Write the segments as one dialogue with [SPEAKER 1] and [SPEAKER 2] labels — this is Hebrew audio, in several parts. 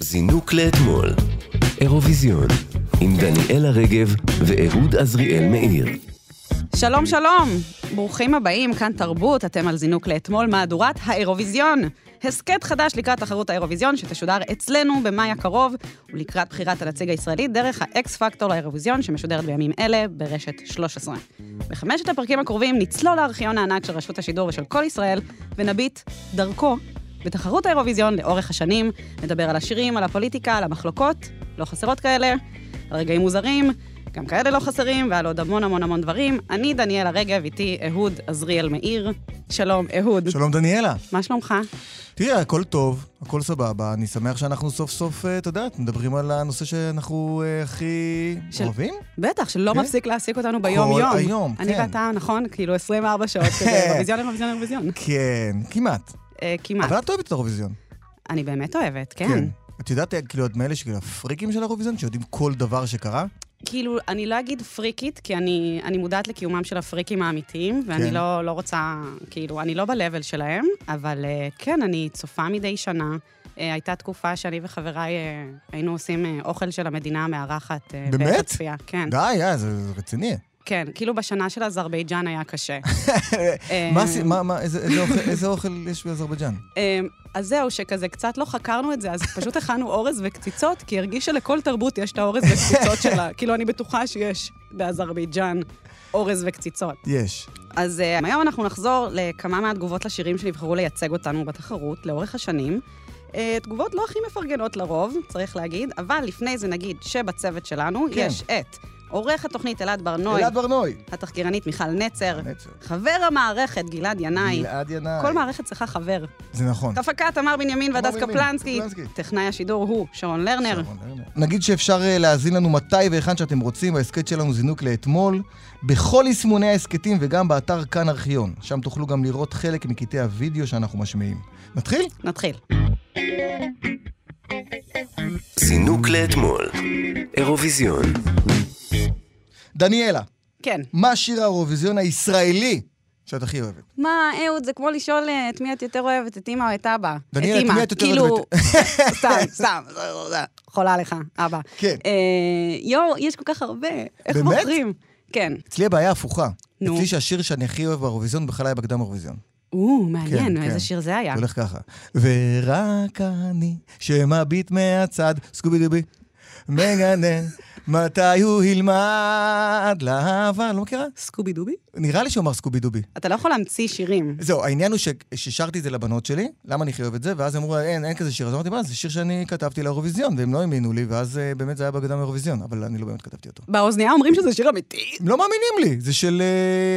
[SPEAKER 1] זינוק לאתמול, אירוויזיון, עם דניאלה רגב ואהוד עזריאל מאיר.
[SPEAKER 2] שלום, שלום. ברוכים הבאים, כאן תרבות, אתם על זינוק לאתמול, מהדורת האירוויזיון. הסכת חדש לקראת תחרות האירוויזיון שתשודר אצלנו במאי הקרוב, ולקראת בחירת הנציג הישראלי דרך האקס פקטור לאירוויזיון שמשודרת בימים אלה ברשת 13. בחמשת הפרקים הקרובים נצלול לארכיון הענק של רשות השידור ושל כל ישראל, ונביט דרכו בתחרות האירוויזיון לאורך השנים. נדבר על השירים, על הפוליטיקה, על המחלוקות, לא חסרות כאלה, על רגעים מוזרים. גם כאלה לא חסרים, ועל עוד המון המון המון דברים. אני דניאלה רגב, איתי אהוד עזריאל מאיר. שלום, אהוד.
[SPEAKER 3] שלום דניאלה.
[SPEAKER 2] מה שלומך?
[SPEAKER 3] תראה, הכל טוב, הכל סבבה, אני שמח שאנחנו סוף סוף, אה, את יודעת, מדברים על הנושא שאנחנו אה, הכי
[SPEAKER 2] של-
[SPEAKER 3] אוהבים.
[SPEAKER 2] בטח, שלא
[SPEAKER 3] כן.
[SPEAKER 2] מפסיק להעסיק אותנו ביום-יום.
[SPEAKER 3] כל היום,
[SPEAKER 2] אני
[SPEAKER 3] כן.
[SPEAKER 2] ואתה, נכון? כאילו 24 שעות כזה, אירוויזיון, אירוויזיון, אירוויזיון.
[SPEAKER 3] כן, כמעט.
[SPEAKER 2] אה, כמעט.
[SPEAKER 3] אבל את אוהבת את האירוויזיון.
[SPEAKER 2] אני באמת אוהבת, כן.
[SPEAKER 3] את יודעת, אה, כאילו, את מאלה שכאילו הפריקים של האירוויזיון, שיודעים כל דבר שקרה?
[SPEAKER 2] כאילו, אני לא אגיד פריקית, כי אני אני מודעת לקיומם של הפריקים האמיתיים, ואני
[SPEAKER 3] כן.
[SPEAKER 2] לא לא רוצה, כאילו, אני לא ב-level שלהם, אבל אה, כן, אני צופה מדי שנה. אה, הייתה תקופה שאני וחבריי אה, היינו עושים אה, אוכל של המדינה המארחת. אה, בעת
[SPEAKER 3] באמת?
[SPEAKER 2] הצפייה, כן,
[SPEAKER 3] די, אה, זה זה רציני.
[SPEAKER 2] כן. כאילו, בשנה של אזרבייג'אן היה קשה.
[SPEAKER 3] מה
[SPEAKER 2] אה,
[SPEAKER 3] עשי- מה- מה- איזה- איזה אוכל- איזה אוכל יש באזרבייג'אן?
[SPEAKER 2] אמ, אז זהו, שכזה קצת לא חקרנו את זה, אז פשוט הכנו אורז וקציצות, כי הרגיש שלכל תרבות יש את האורז וקציצות שלה. כאילו, אני בטוחה שיש באזרבייג'אן אורז וקציצות.
[SPEAKER 3] יש.
[SPEAKER 2] אז אה, היום אנחנו נחזור לכמה מהתגובות לשירים שנבחרו לייצג אותנו בתחרות לאורך השנים. אה, תגובות לא הכי מפרגנות לרוב, צריך להגיד, אבל לפני זה נגיד שבצוות שלנו
[SPEAKER 3] כן.
[SPEAKER 2] יש את עורך התוכנית אלעד ברנוי,
[SPEAKER 3] אלעד ברנוי.
[SPEAKER 2] התחקירנית מיכל נצר,
[SPEAKER 3] נצר.
[SPEAKER 2] חבר המערכת גלעד ינאי.
[SPEAKER 3] גלעד ינאי.
[SPEAKER 2] כל מערכת צריכה חבר.
[SPEAKER 3] זה נכון.
[SPEAKER 2] הפקה תמר בנימין והדס
[SPEAKER 3] בנימין,
[SPEAKER 2] קפלנסקי.
[SPEAKER 3] קפלנסקי.
[SPEAKER 2] טכנאי השידור הוא שרון לרנר.
[SPEAKER 3] שרון לרנר. נגיד שאפשר אה, להאזין לנו מתי והיכן שאתם רוצים, ההסכת שלנו זינוק לאתמול, בכל יישומוני ההסכתים וגם באתר כאן ארכיון. שם תוכלו גם לראות חלק מקטעי הוידאו שאנחנו משמיעים. נתחיל?
[SPEAKER 2] נתחיל.
[SPEAKER 1] זינוק לאתמול, אירוויזיון.
[SPEAKER 3] דניאלה,
[SPEAKER 2] כן.
[SPEAKER 3] מה שיר האירוויזיון הישראלי שאת הכי אוהבת?
[SPEAKER 2] מה, אהוד, זה כמו לשאול אה, את מי את יותר אוהבת, את אימא או את אבא.
[SPEAKER 3] דניאל, את
[SPEAKER 2] אימא.
[SPEAKER 3] מי את יותר
[SPEAKER 2] כאילו,
[SPEAKER 3] אוהבת?
[SPEAKER 2] סתם, סתם, לא, חולה עליך, אבא.
[SPEAKER 3] כן.
[SPEAKER 2] אה, יואו, יש כל כך הרבה. איך
[SPEAKER 3] באמת?
[SPEAKER 2] בוחרים? כן.
[SPEAKER 3] אצלי הבעיה הפוכה.
[SPEAKER 2] נו.
[SPEAKER 3] אצלי שהשיר שאני הכי אוהב באירוויזיון בכלל היה בקדם אירוויזיון.
[SPEAKER 2] או,
[SPEAKER 3] כן,
[SPEAKER 2] מעניין,
[SPEAKER 3] כן.
[SPEAKER 2] איזה שיר זה היה.
[SPEAKER 3] זה הולך ככה. ורק אני שמביט מהצד, סקובי דובי, מגנה, מתי הוא ילמד לאהבה, לא מכירה?
[SPEAKER 2] סקובי דובי?
[SPEAKER 3] נראה לי שהוא אמר סקובי דובי.
[SPEAKER 2] אתה לא יכול להמציא שירים.
[SPEAKER 3] זהו, העניין הוא ש... ששרתי את זה לבנות שלי, למה אני הכי אוהב את זה, ואז אמרו, אין, אין כזה שיר. אז אמרתי, מה, זה שיר שאני כתבתי לאירוויזיון, והם לא האמינו לי, ואז אה, באמת זה היה בגדם אירוויזיון, אבל אני לא באמת כתבתי אותו.
[SPEAKER 2] באוזנייה אומרים שזה שיר אמיתי.
[SPEAKER 3] הם לא מאמינים לי, זה של...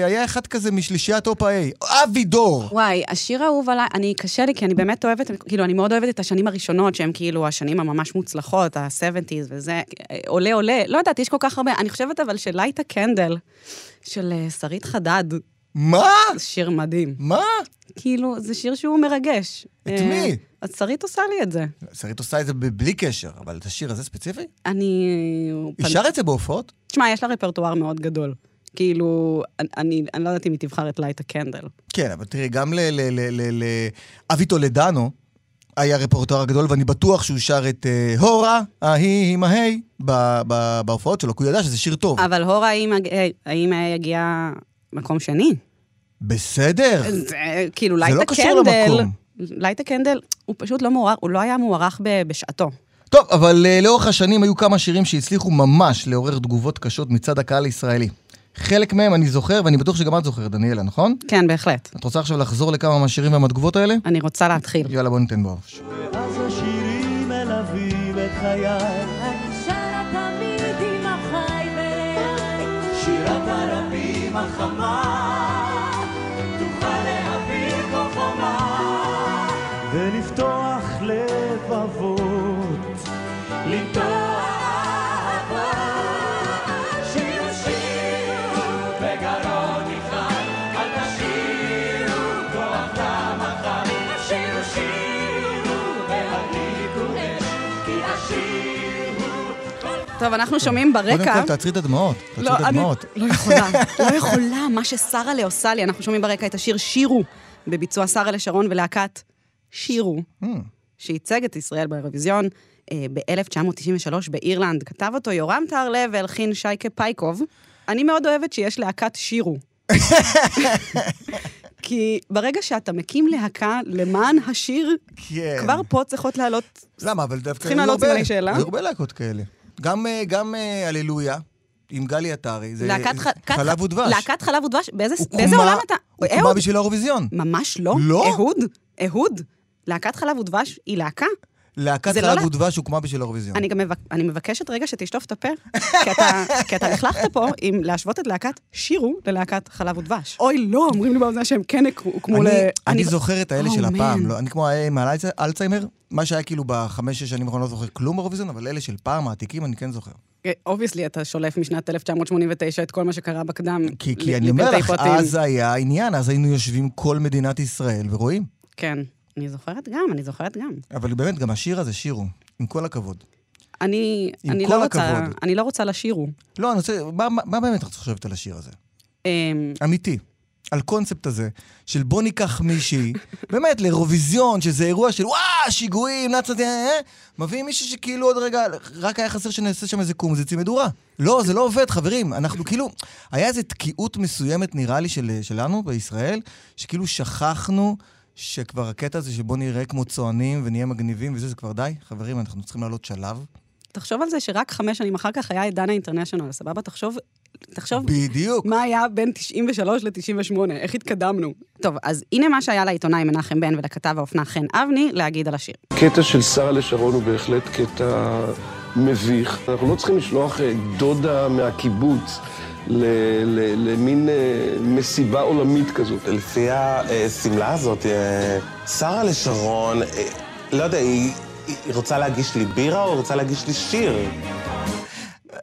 [SPEAKER 3] אה, היה אחד כזה משלישיית אופה איי, אבי דור.
[SPEAKER 2] וואי, השיר האהוב עליי, אני, קשה לי, כי אני באמת אוהבת, כאילו, אני מאוד אוהבת את השנים הראשונות, שהן כאילו השנים הממש מוצלחות, ה-70's וזה, אה, עולה עולה, לא יודעת, יש כל כך הרבה, אני חושבת אבל שלייטה קנדל, של אה, שרית חדד,
[SPEAKER 3] מה?
[SPEAKER 2] זה שיר מדהים.
[SPEAKER 3] מה?
[SPEAKER 2] כאילו, זה שיר שהוא מרגש.
[SPEAKER 3] את
[SPEAKER 2] אה,
[SPEAKER 3] מי?
[SPEAKER 2] אז שרית עושה לי את זה.
[SPEAKER 3] שרית עושה את זה ב- בלי קשר, אבל את השיר הזה ספציפי?
[SPEAKER 2] אני...
[SPEAKER 3] היא שרה את זה בהופעות?
[SPEAKER 2] תשמע, יש לה רפרטואר מאוד גדול. כאילו, אני- אני, אני לא יודעת אם היא תבחר את לייטה קנדל.
[SPEAKER 3] כן, אבל תראי, גם ל- ל- ל- ל- ל- אבי טולדנו היה רפרטואר גדול, ואני בטוח שהוא שר את אה, הורה, ההיא עם ההי, ב- ב- בהופעות שלו, כי הוא ידע שזה שיר טוב.
[SPEAKER 2] אבל הורה, האם אה, האם אה, הגיעה מקום שני?
[SPEAKER 3] בסדר.
[SPEAKER 2] זה- כאילו,
[SPEAKER 3] זה
[SPEAKER 2] לייטה
[SPEAKER 3] לא קשור
[SPEAKER 2] קנדל,
[SPEAKER 3] למקום.
[SPEAKER 2] לייטה קנדל, הוא פשוט לא מוערך, הוא לא היה מוערך ב- בשעתו.
[SPEAKER 3] טוב, אבל אה, לאורך השנים היו כמה שירים שהצליחו ממש לעורר תגובות קשות מצד הקהל הישראלי. חלק מהם אני זוכר, ואני בטוח שגם את זוכרת, דניאלה, נכון?
[SPEAKER 2] כן, בהחלט.
[SPEAKER 3] את רוצה עכשיו לחזור לכמה מהשירים והמתגובות האלה?
[SPEAKER 2] אני רוצה להתחיל.
[SPEAKER 3] יאללה, בוא ניתן בראש.
[SPEAKER 4] אז השירים מלווים את חיי,
[SPEAKER 5] אני שרה תמיד עם החי ולאט,
[SPEAKER 4] שירת הרבים החמה, תוכל להביא כה חמה, ולפתוח לבבות, לנטוח שירו שירו, בגרון יחד, אל תשאירו כוח למחר, שירו שירו, והדליקו אש, כי השיר הוא כל
[SPEAKER 2] טוב, אנחנו שומעים
[SPEAKER 3] קודם
[SPEAKER 2] ברקע...
[SPEAKER 3] כל, תעצרי את הדמעות. תעצרי את
[SPEAKER 2] אני
[SPEAKER 3] הדמעות.
[SPEAKER 2] לא יכולה, לא יכולה, מה ששרלה עושה לי. אנחנו שומעים ברקע את השיר שירו, בביצוע שרלה שרון ולהקת שירו, שייצג את ישראל באירוויזיון. אה, ב-1993 באירלנד. כתב אותו יורם טהרלב והלחין שייקה פייקוב. אני מאוד אוהבת שיש להקת שירו. כי ברגע שאתה מקים להקה למען השיר,
[SPEAKER 3] כן.
[SPEAKER 2] כבר פה צריכות לעלות...
[SPEAKER 3] למה? אבל דווקא...
[SPEAKER 2] צריכים
[SPEAKER 3] היו
[SPEAKER 2] לעלות
[SPEAKER 3] הרבה-
[SPEAKER 2] סימני שאלה?
[SPEAKER 3] היו הרבה להקות כאלה. גם, אה, גם אה, הללויה, עם גלי עטרי, זה
[SPEAKER 2] להקת ח- כת-
[SPEAKER 3] חלב ודבש.
[SPEAKER 2] להקת חלב ודבש, באיזה
[SPEAKER 3] הוקמה-
[SPEAKER 2] באיזה עולם אתה...
[SPEAKER 3] הוקמה
[SPEAKER 2] אהוד,
[SPEAKER 3] בשביל האירוויזיון.
[SPEAKER 2] ממש לא.
[SPEAKER 3] לא?
[SPEAKER 2] אהוד, אהוד. להקת חלב ודבש היא להקה?
[SPEAKER 3] להקת
[SPEAKER 2] זה לא
[SPEAKER 3] חלב
[SPEAKER 2] לה-
[SPEAKER 3] ודבש הוקמה בשביל האירוויזיון.
[SPEAKER 2] אני גם מבק- אני מבקשת רגע שתשטוף את הפה, כי אתה- כי אתה לכלכת פה עם להשוות את להקת שירו ללהקת חלב ודבש. אוי, לא, אומרים לי באוזן שהם כן הוקמו
[SPEAKER 3] אני,
[SPEAKER 2] ל...
[SPEAKER 3] אני זוכר את האלה
[SPEAKER 2] Oh,
[SPEAKER 3] של
[SPEAKER 2] man.
[SPEAKER 3] הפעם, לא, אני כמו עם האלצהיימר, מה שהיה כאילו בחמש-שש שנים האחרונות לא זוכר כלום באירוויזיון, אבל אלה של פעם, העתיקים, אני כן זוכר.
[SPEAKER 2] אובייסלי אה, אתה שולף משנת 1989 את כל מה שקרה בקדם.
[SPEAKER 3] כי,
[SPEAKER 2] ל-
[SPEAKER 3] כי אני אומר
[SPEAKER 2] לפרטי
[SPEAKER 3] לך,
[SPEAKER 2] פרטים.
[SPEAKER 3] אז היה העניין, אז היינו יושבים כל מדינת ישראל ורואים.
[SPEAKER 2] כן, אני זוכרת גם, אני זוכרת גם.
[SPEAKER 3] אבל באמת, גם השיר הזה, שירו, עם כל הכבוד.
[SPEAKER 2] אני,
[SPEAKER 3] עם
[SPEAKER 2] אני
[SPEAKER 3] כל
[SPEAKER 2] לא רוצה,
[SPEAKER 3] הכבוד.
[SPEAKER 2] אני לא רוצה לשירו.
[SPEAKER 3] לא, אני רוצה, מה, מה, מה באמת את חושבת על השיר הזה?
[SPEAKER 2] אמ,
[SPEAKER 3] אמיתי. על קונספט הזה, של בוא ניקח מישהי, באמת, לאירוויזיון, שזה אירוע של וואו, שיגועים, נאצה, אה, אה, מביאים מישהי שכאילו עוד רגע, רק היה חסר שנעשה שם איזה קומזיץ עם מדורה. לא, זה לא עובד, חברים. אנחנו כאילו, היה איזו תקיעות מסוימת, נראה לי, של, שלנו בישראל, שכאילו שכחנו שכבר הקטע הזה שבוא נראה כמו צוענים ונהיה מגניבים וזה, זה כבר די. חברים, אנחנו צריכים לעלות שלב.
[SPEAKER 2] תחשוב על זה שרק חמש שנים אחר כך היה את דנה אינטרנשיונל, סבבה? תחשוב, תחשוב
[SPEAKER 3] בדיוק.
[SPEAKER 2] מה היה בין 93 ל-98, איך התקדמנו. טוב, אז הנה מה שהיה לעיתונאי מנחם בן ולכתב האופנה חן אבני להגיד על השיר.
[SPEAKER 6] הקטע של שרה לשרון הוא בהחלט קטע מביך. אנחנו לא צריכים לשלוח אה, דודה מהקיבוץ ל- ל- למין אה, מסיבה עולמית כזאת.
[SPEAKER 7] לפי השמלה הזאת, אה, שרה לשרון, אה, לא יודע, היא, היא רוצה להגיש לי בירה או רוצה להגיש לי שיר?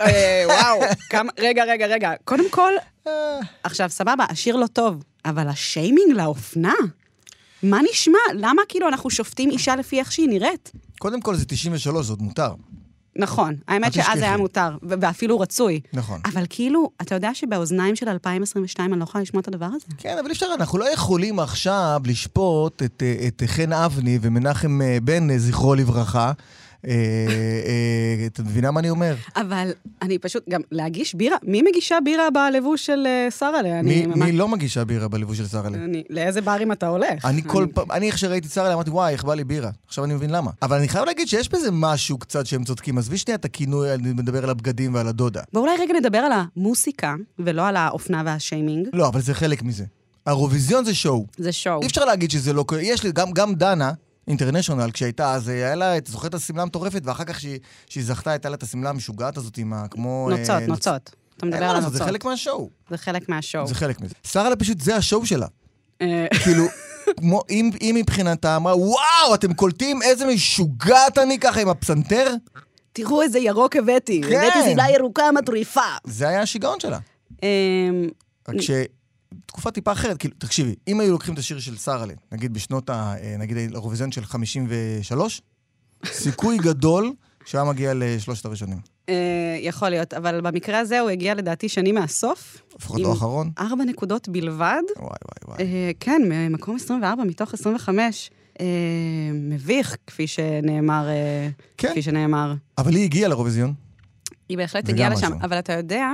[SPEAKER 2] אה, וואו, אה. כמה... רגע, רגע, רגע. קודם כל, עכשיו, סבבה, השיר לא טוב, אבל השיימינג לאופנה? מה נשמע? למה כאילו אנחנו שופטים אישה לפי איך שהיא נראית?
[SPEAKER 3] קודם כל, זה 93, זה עוד מותר.
[SPEAKER 2] נכון, האמת
[SPEAKER 3] אל
[SPEAKER 2] שאז
[SPEAKER 3] תשכחי.
[SPEAKER 2] היה מותר, ו- ואפילו רצוי.
[SPEAKER 3] נכון.
[SPEAKER 2] אבל כאילו, אתה יודע שבאוזניים של 2022 אני לא יכולה לשמוע את הדבר הזה?
[SPEAKER 3] כן, אבל אי אפשר, אנחנו לא יכולים עכשיו לשפוט את, אה, את חן אבני ומנחם אה, בן, אה, זכרו לברכה. אה, אה, את מבינה מה אני אומר?
[SPEAKER 2] אבל אני פשוט, גם להגיש בירה, מי מגישה בירה בלבוש של אה, שרה'לה?
[SPEAKER 3] מי,
[SPEAKER 2] אני ממש- אה,
[SPEAKER 3] מי לא מגישה בירה בלבוש של שרלה?
[SPEAKER 2] אני- לאיזה ברים אתה הולך?
[SPEAKER 3] אני כל פעם, אני איך שראיתי שרלה אמרתי, וואי, איך בא לי בירה. עכשיו אני מבין למה. אבל אני חייב להגיד שיש בזה משהו קצת שהם צודקים. עזבי שנייה את הכינוי, אני מדבר על הבגדים ועל הדודה.
[SPEAKER 2] בואו אולי רגע נדבר על המוסיקה, ולא על האופנה והשיימינג.
[SPEAKER 3] לא, אבל זה חלק מזה. האירוויזיון זה שואו.
[SPEAKER 2] זה שואו.
[SPEAKER 3] אי אפשר להגיד שזה לא... יש לי, גם, גם דנה, אינטרנשיונל, כשהייתה, אז היה לה, את זוכרת את השמלה המטורפת, ואחר כך שהיא- שהיא זכתה, הייתה לה את השמלה המשוגעת הזאת עם ה... כמו... אה,
[SPEAKER 2] נוצות, נוצות. אתה
[SPEAKER 3] אין
[SPEAKER 2] מדבר
[SPEAKER 3] מה
[SPEAKER 2] על
[SPEAKER 3] לעשות, זה
[SPEAKER 2] הנוצות.
[SPEAKER 3] חלק מהשואו.
[SPEAKER 2] זה חלק מהשואו.
[SPEAKER 3] זה חלק מזה. שרה פשוט, זה השואו שלה.
[SPEAKER 2] אה,
[SPEAKER 3] כאילו, כמו, אם, אם מבחינתה אמרה, וואו, אתם קולטים איזה משוגעת אני ככה עם הפסנתר?
[SPEAKER 2] תראו איזה ירוק הבאתי.
[SPEAKER 3] כן.
[SPEAKER 2] הבאתי זילה ירוקה מטריפה.
[SPEAKER 3] זה היה השיגעון שלה.
[SPEAKER 2] אמ,
[SPEAKER 3] רק ש... תקופה טיפה אחרת, כאילו, תקשיבי, אם היו לוקחים את השיר של שרלה, נגיד בשנות ה... אה, נגיד האירוויזיון של 53, סיכוי גדול שהוא היה מגיע לשלושת הראשונים.
[SPEAKER 2] אה, יכול להיות, אבל במקרה הזה הוא הגיע לדעתי שני מהסוף.
[SPEAKER 3] לפחות
[SPEAKER 2] עם
[SPEAKER 3] לא האחרון.
[SPEAKER 2] ארבע נקודות בלבד.
[SPEAKER 3] וואי וואי וואי.
[SPEAKER 2] אה, כן, ממקום 24 מתוך 25. אה, מביך, כפי שנאמר. אה,
[SPEAKER 3] כן.
[SPEAKER 2] כפי שנאמר.
[SPEAKER 3] אבל היא הגיעה לאירוויזיון.
[SPEAKER 2] היא בהחלט
[SPEAKER 3] וגם
[SPEAKER 2] הגיעה לשם,
[SPEAKER 3] משהו.
[SPEAKER 2] אבל אתה יודע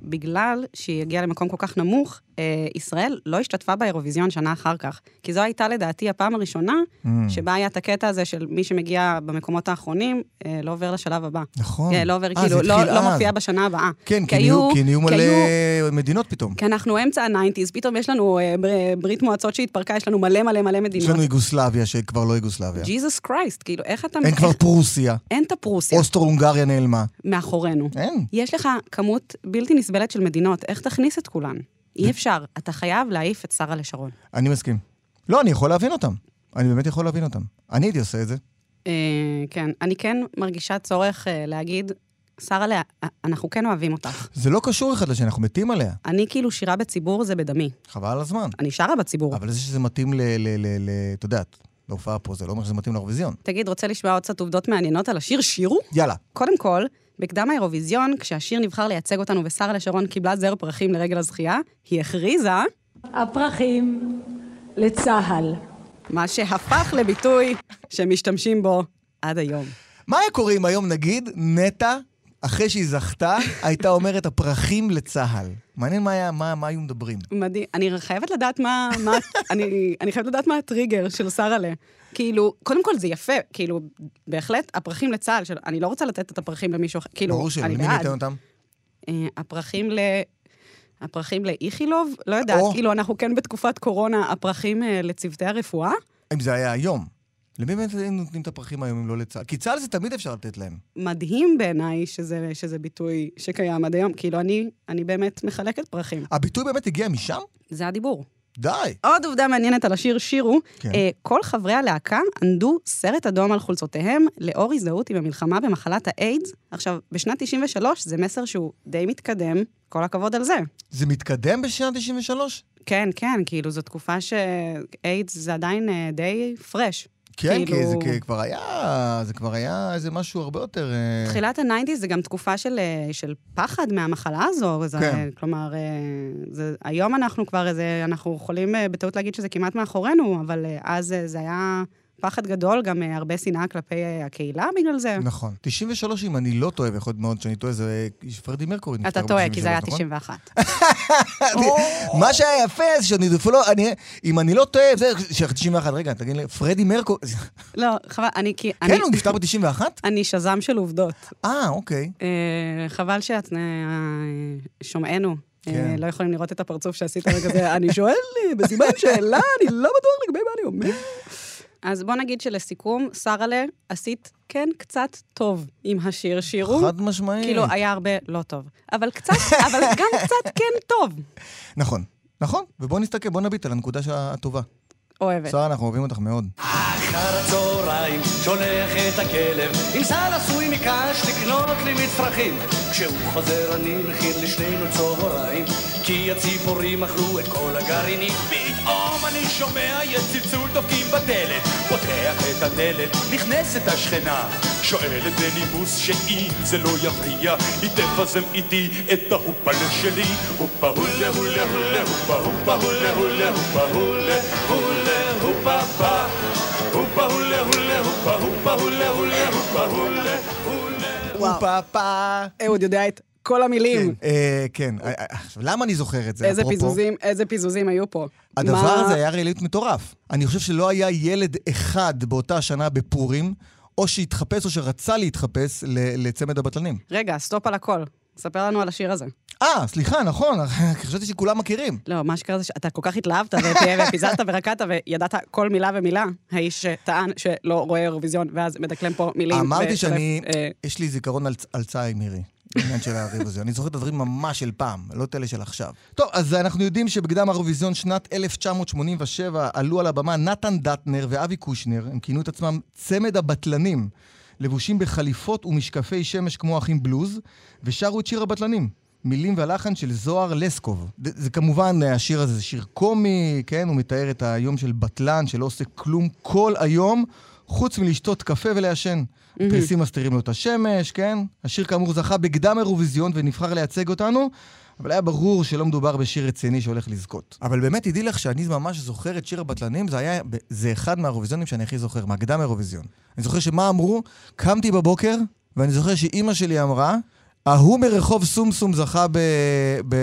[SPEAKER 2] שבגלל שהיא הגיעה למקום כל כך נמוך, אה, ישראל לא השתתפה באירוויזיון שנה אחר כך. כי זו הייתה לדעתי הפעם הראשונה
[SPEAKER 3] Mm.
[SPEAKER 2] שבה היה את הקטע הזה של מי שמגיע במקומות האחרונים, אה, לא עובר לשלב הבא.
[SPEAKER 3] נכון.
[SPEAKER 2] אה, לא עובר,
[SPEAKER 3] אה, זה
[SPEAKER 2] כאילו, לא-
[SPEAKER 3] התחיל
[SPEAKER 2] לא
[SPEAKER 3] אז.
[SPEAKER 2] מופיע בשנה הבאה.
[SPEAKER 3] כן, כי
[SPEAKER 2] היו-
[SPEAKER 3] נהיו- כי נהיו
[SPEAKER 2] כי כן,
[SPEAKER 3] מלא מדינות פתאום.
[SPEAKER 2] כי אנחנו אמצע הניינטיז, פתאום יש לנו אה, בר- ברית מועצות שהתפרקה, יש לנו מלא מלא מלא
[SPEAKER 3] יש
[SPEAKER 2] מדינות.
[SPEAKER 3] לנו יוגוסלביה שכבר לא יוגוסלביה.
[SPEAKER 2] ג'יזוס קרייסט, כאילו, איך אתה...
[SPEAKER 3] אין כבר
[SPEAKER 2] איך-
[SPEAKER 3] פרוסיה,
[SPEAKER 2] אין את הפרוסיה
[SPEAKER 3] אוסטרו-הונגריה נעלמה.
[SPEAKER 2] מאחורינו.
[SPEAKER 3] אין.
[SPEAKER 2] יש לך כמות בלתי נסבלת של מדינות, איך תכניס את כולן? אי אפשר, אתה חייב להעיף את שרה לשרון.
[SPEAKER 3] אני מסכים. לא, אני יכול להבין אותם. אני באמת יכול להבין אותם. אני הייתי עושה את זה.
[SPEAKER 2] אה, כן, אני כן מרגישה צורך אה, להגיד, שרה, לה- אנחנו כן אוהבים אותך.
[SPEAKER 3] זה לא קשור אחד לשני, אנחנו מתים עליה.
[SPEAKER 2] אני כאילו שירה בציבור זה בדמי.
[SPEAKER 3] חבל על הזמן.
[SPEAKER 2] אני שרה בציבור.
[SPEAKER 3] אבל זה שזה מתאים ל... ל- ל- ל- את יודעת, להופעה פה, זה לא אומר שזה מתאים לאירוויזיון.
[SPEAKER 2] תגיד, רוצה לשמוע עוד קצת עובדות מעניינות על השיר שירו?
[SPEAKER 3] יאללה.
[SPEAKER 2] קודם כל, בקדם האירוויזיון, כשהשיר נבחר לייצג אותנו ושרה לשרון קיבלה זר פרחים לרגל הזכייה, היא הכריזה,
[SPEAKER 5] הפרחים לצה"ל.
[SPEAKER 2] מה שהפך לביטוי שמשתמשים בו עד היום.
[SPEAKER 3] מה היה קורה אם היום, נגיד, נטע, אחרי שהיא זכתה, הייתה אומרת הפרחים לצה"ל? מעניין מה, היה, מה, מה היו מדברים.
[SPEAKER 2] מדהים. אני חייבת לדעת מה... מה אני, אני חייבת לדעת מה הטריגר של שרה'לה. כאילו, קודם כל זה יפה, כאילו, בהחלט, הפרחים לצה"ל, של, אני לא רוצה לתת את הפרחים למישהו אחר, כאילו,
[SPEAKER 3] ברור שלא,
[SPEAKER 2] אני
[SPEAKER 3] למי
[SPEAKER 2] בעד.
[SPEAKER 3] ניתן אותם?
[SPEAKER 2] אה, הפרחים ל... הפרחים לאיכילוב? לא יודעת,
[SPEAKER 3] או.
[SPEAKER 2] כאילו, אנחנו כן בתקופת קורונה, הפרחים אה, לצוותי הרפואה?
[SPEAKER 3] אם זה היה היום. למי באמת היו נותנים את הפרחים היום אם לא לצה"ל? כי צה"ל זה תמיד אפשר לתת להם.
[SPEAKER 2] מדהים בעיניי שזה, שזה ביטוי שקיים עד היום. כאילו, אני, אני באמת מחלקת פרחים.
[SPEAKER 3] הביטוי באמת הגיע משם?
[SPEAKER 2] זה הדיבור.
[SPEAKER 3] די.
[SPEAKER 2] עוד עובדה מעניינת על השיר שירו,
[SPEAKER 3] כן.
[SPEAKER 2] כן. כל חברי הלהקה ענדו סרט אדום על חולצותיהם לאור הזדהות עם המלחמה במחלת האיידס. עכשיו, בשנת 93 זה מסר שהוא די מתקדם, כל הכבוד על זה.
[SPEAKER 3] זה מתקדם בשנת 93?
[SPEAKER 2] כן, כן, כאילו, זו תקופה שאיידס זה עדיין אה, די פרש.
[SPEAKER 3] כן,
[SPEAKER 2] כאילו-
[SPEAKER 3] כי זה כי כבר היה, זה כבר היה איזה משהו הרבה יותר... אה,
[SPEAKER 2] תחילת הניינטיז זה גם תקופה של, אה, של פחד מהמחלה הזו. זה,
[SPEAKER 3] כן.
[SPEAKER 2] כלומר, אה, זה, היום אנחנו כבר איזה, אנחנו יכולים אה, בטעות להגיד שזה כמעט מאחורינו, אבל אה, אז אה, זה היה פחד גדול, גם אה, הרבה שנאה כלפי אה, הקהילה בגלל זה.
[SPEAKER 3] נכון. 93, אם אני לא טועה, ויכול להיות מאוד שאני טועה, זה פרדי מרקורי.
[SPEAKER 2] אתה
[SPEAKER 3] נפטר
[SPEAKER 2] טועה,
[SPEAKER 3] ב-
[SPEAKER 2] כי זה היה
[SPEAKER 3] 93,
[SPEAKER 2] 91.
[SPEAKER 3] נכון? מה שהיה יפה זה שנרדפו לו, אני- אם אני לא טועה, זה שייך 91, רגע, תגיד לי, פרדי מרקורי...
[SPEAKER 2] לא, חבל, אני כי... אני-
[SPEAKER 3] כן, הוא נפטר ב-91?
[SPEAKER 2] אני שז"ם של עובדות.
[SPEAKER 3] אה, אוקיי.
[SPEAKER 2] אה, חבל שאת... אה, שומענו. אה,
[SPEAKER 3] כן.
[SPEAKER 2] לא יכולים לראות את הפרצוף שעשית רגע זה, אני שואל אה, בסימן שאלה, אני לא בטוח לגבי מה אני אומר. אז בוא נגיד שלסיכום, שרה'לה, עשית כן קצת טוב עם השיר שירו.
[SPEAKER 3] חד משמעית.
[SPEAKER 2] כאילו, היה הרבה לא טוב. אבל קצת, אבל גם קצת כן טוב.
[SPEAKER 3] נכון, נכון. ובואו נסתכל, בואו נביט על הנקודה שה- הטובה.
[SPEAKER 2] אוהבת.
[SPEAKER 3] שרה, אנחנו אוהבים אותך מאוד.
[SPEAKER 4] אחר הצהריים שולח את הכלב עם סל עשוי מקש לקנות לי מצרכים כשהוא חוזר אני מכין לשנינו צהריים כי הציפורים מכרו את כל הגרעינים פתאום אני שומע יש צלצול דופקים בדלת פותח את הדלת נכנסת השכנה שואלת בנימוס שאם זה לא יפריע היא תפזם איתי את ההופלה שלי הופה הולה הולה הולה הופה הופה הולה הולה הופה הולה הולה הופה הופה הופה הולה הולה הופה הופה הולה הולה הופה הולה הולה
[SPEAKER 2] וואו.
[SPEAKER 3] אופה פה.
[SPEAKER 2] אהוד יודע את כל המילים.
[SPEAKER 3] אה, כן, אה, אה, עכשיו, למה אני זוכר את זה?
[SPEAKER 2] איזה
[SPEAKER 3] אפרופו?
[SPEAKER 2] פיזוזים, איזה פיזוזים היו פה.
[SPEAKER 3] הדבר
[SPEAKER 2] מה-
[SPEAKER 3] הזה היה רעילות מטורף. אני חושב שלא היה ילד אחד באותה שנה בפורים, או שהתחפש או שרצה להתחפש ל- לצמד הבטלנים.
[SPEAKER 2] רגע, סטופ על הכל. ספר לנו על השיר הזה.
[SPEAKER 3] אה, סליחה, נכון, חשבתי שכולם מכירים.
[SPEAKER 2] לא, מה שקרה זה שאתה כל כך התלהבת, ופ- ופיזרת ורקדת, וידעת כל מילה ומילה. האיש שטען שלא רואה אירוויזיון, ואז מדקלם פה מילים.
[SPEAKER 3] אמרתי
[SPEAKER 2] ושולף,
[SPEAKER 3] שאני,
[SPEAKER 2] אה,
[SPEAKER 3] יש לי זיכרון על- על ציימרי. בעניין של הריב הזה. אני זוכר את הדברים ממש של פעם, לא את אלה של עכשיו. טוב, אז אנחנו יודעים שבקדם האירוויזיון שנת 1987 עלו על הבמה נתן דטנר ואבי קושנר, הם כינו את עצמם צמד הבטלנים, לבושים בחליפות ומשקפי שמש כמו אחים בלוז, ושרו את שיר הבטלנים. מילים והלחן של זוהר לסקוב. זה, זה כמובן, אה, השיר הזה זה שיר קומי, כן? הוא מתאר את היום של בטלן שלא עושה כלום כל היום, חוץ מלשתות קפה ולעשן. פריסים מסתירים לו את השמש, כן? השיר כאמור זכה בקדם אירוויזיון ונבחר לייצג אותנו, אבל היה ברור שלא מדובר בשיר רציני שהולך לזכות. אבל באמת, תדעי לך שאני ממש זוכר את שיר הבטלנים, זה היה, ב- זה אחד מהאירוויזיונים שאני הכי זוכר, מהקדם אירוויזיון. אני זוכר שמה אמרו, קמתי בבוקר, ואני זוכר שאימא שלי אמרה, ההוא מרחוב סומסום זכה ב... ב...